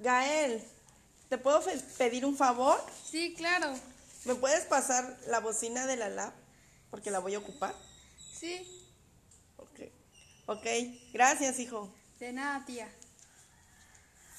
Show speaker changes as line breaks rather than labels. Gael, ¿te puedo fe- pedir un favor?
Sí, claro.
¿Me puedes pasar la bocina de la lab? Porque la voy a ocupar.
Sí.
Ok. Ok, gracias, hijo.
De nada, tía.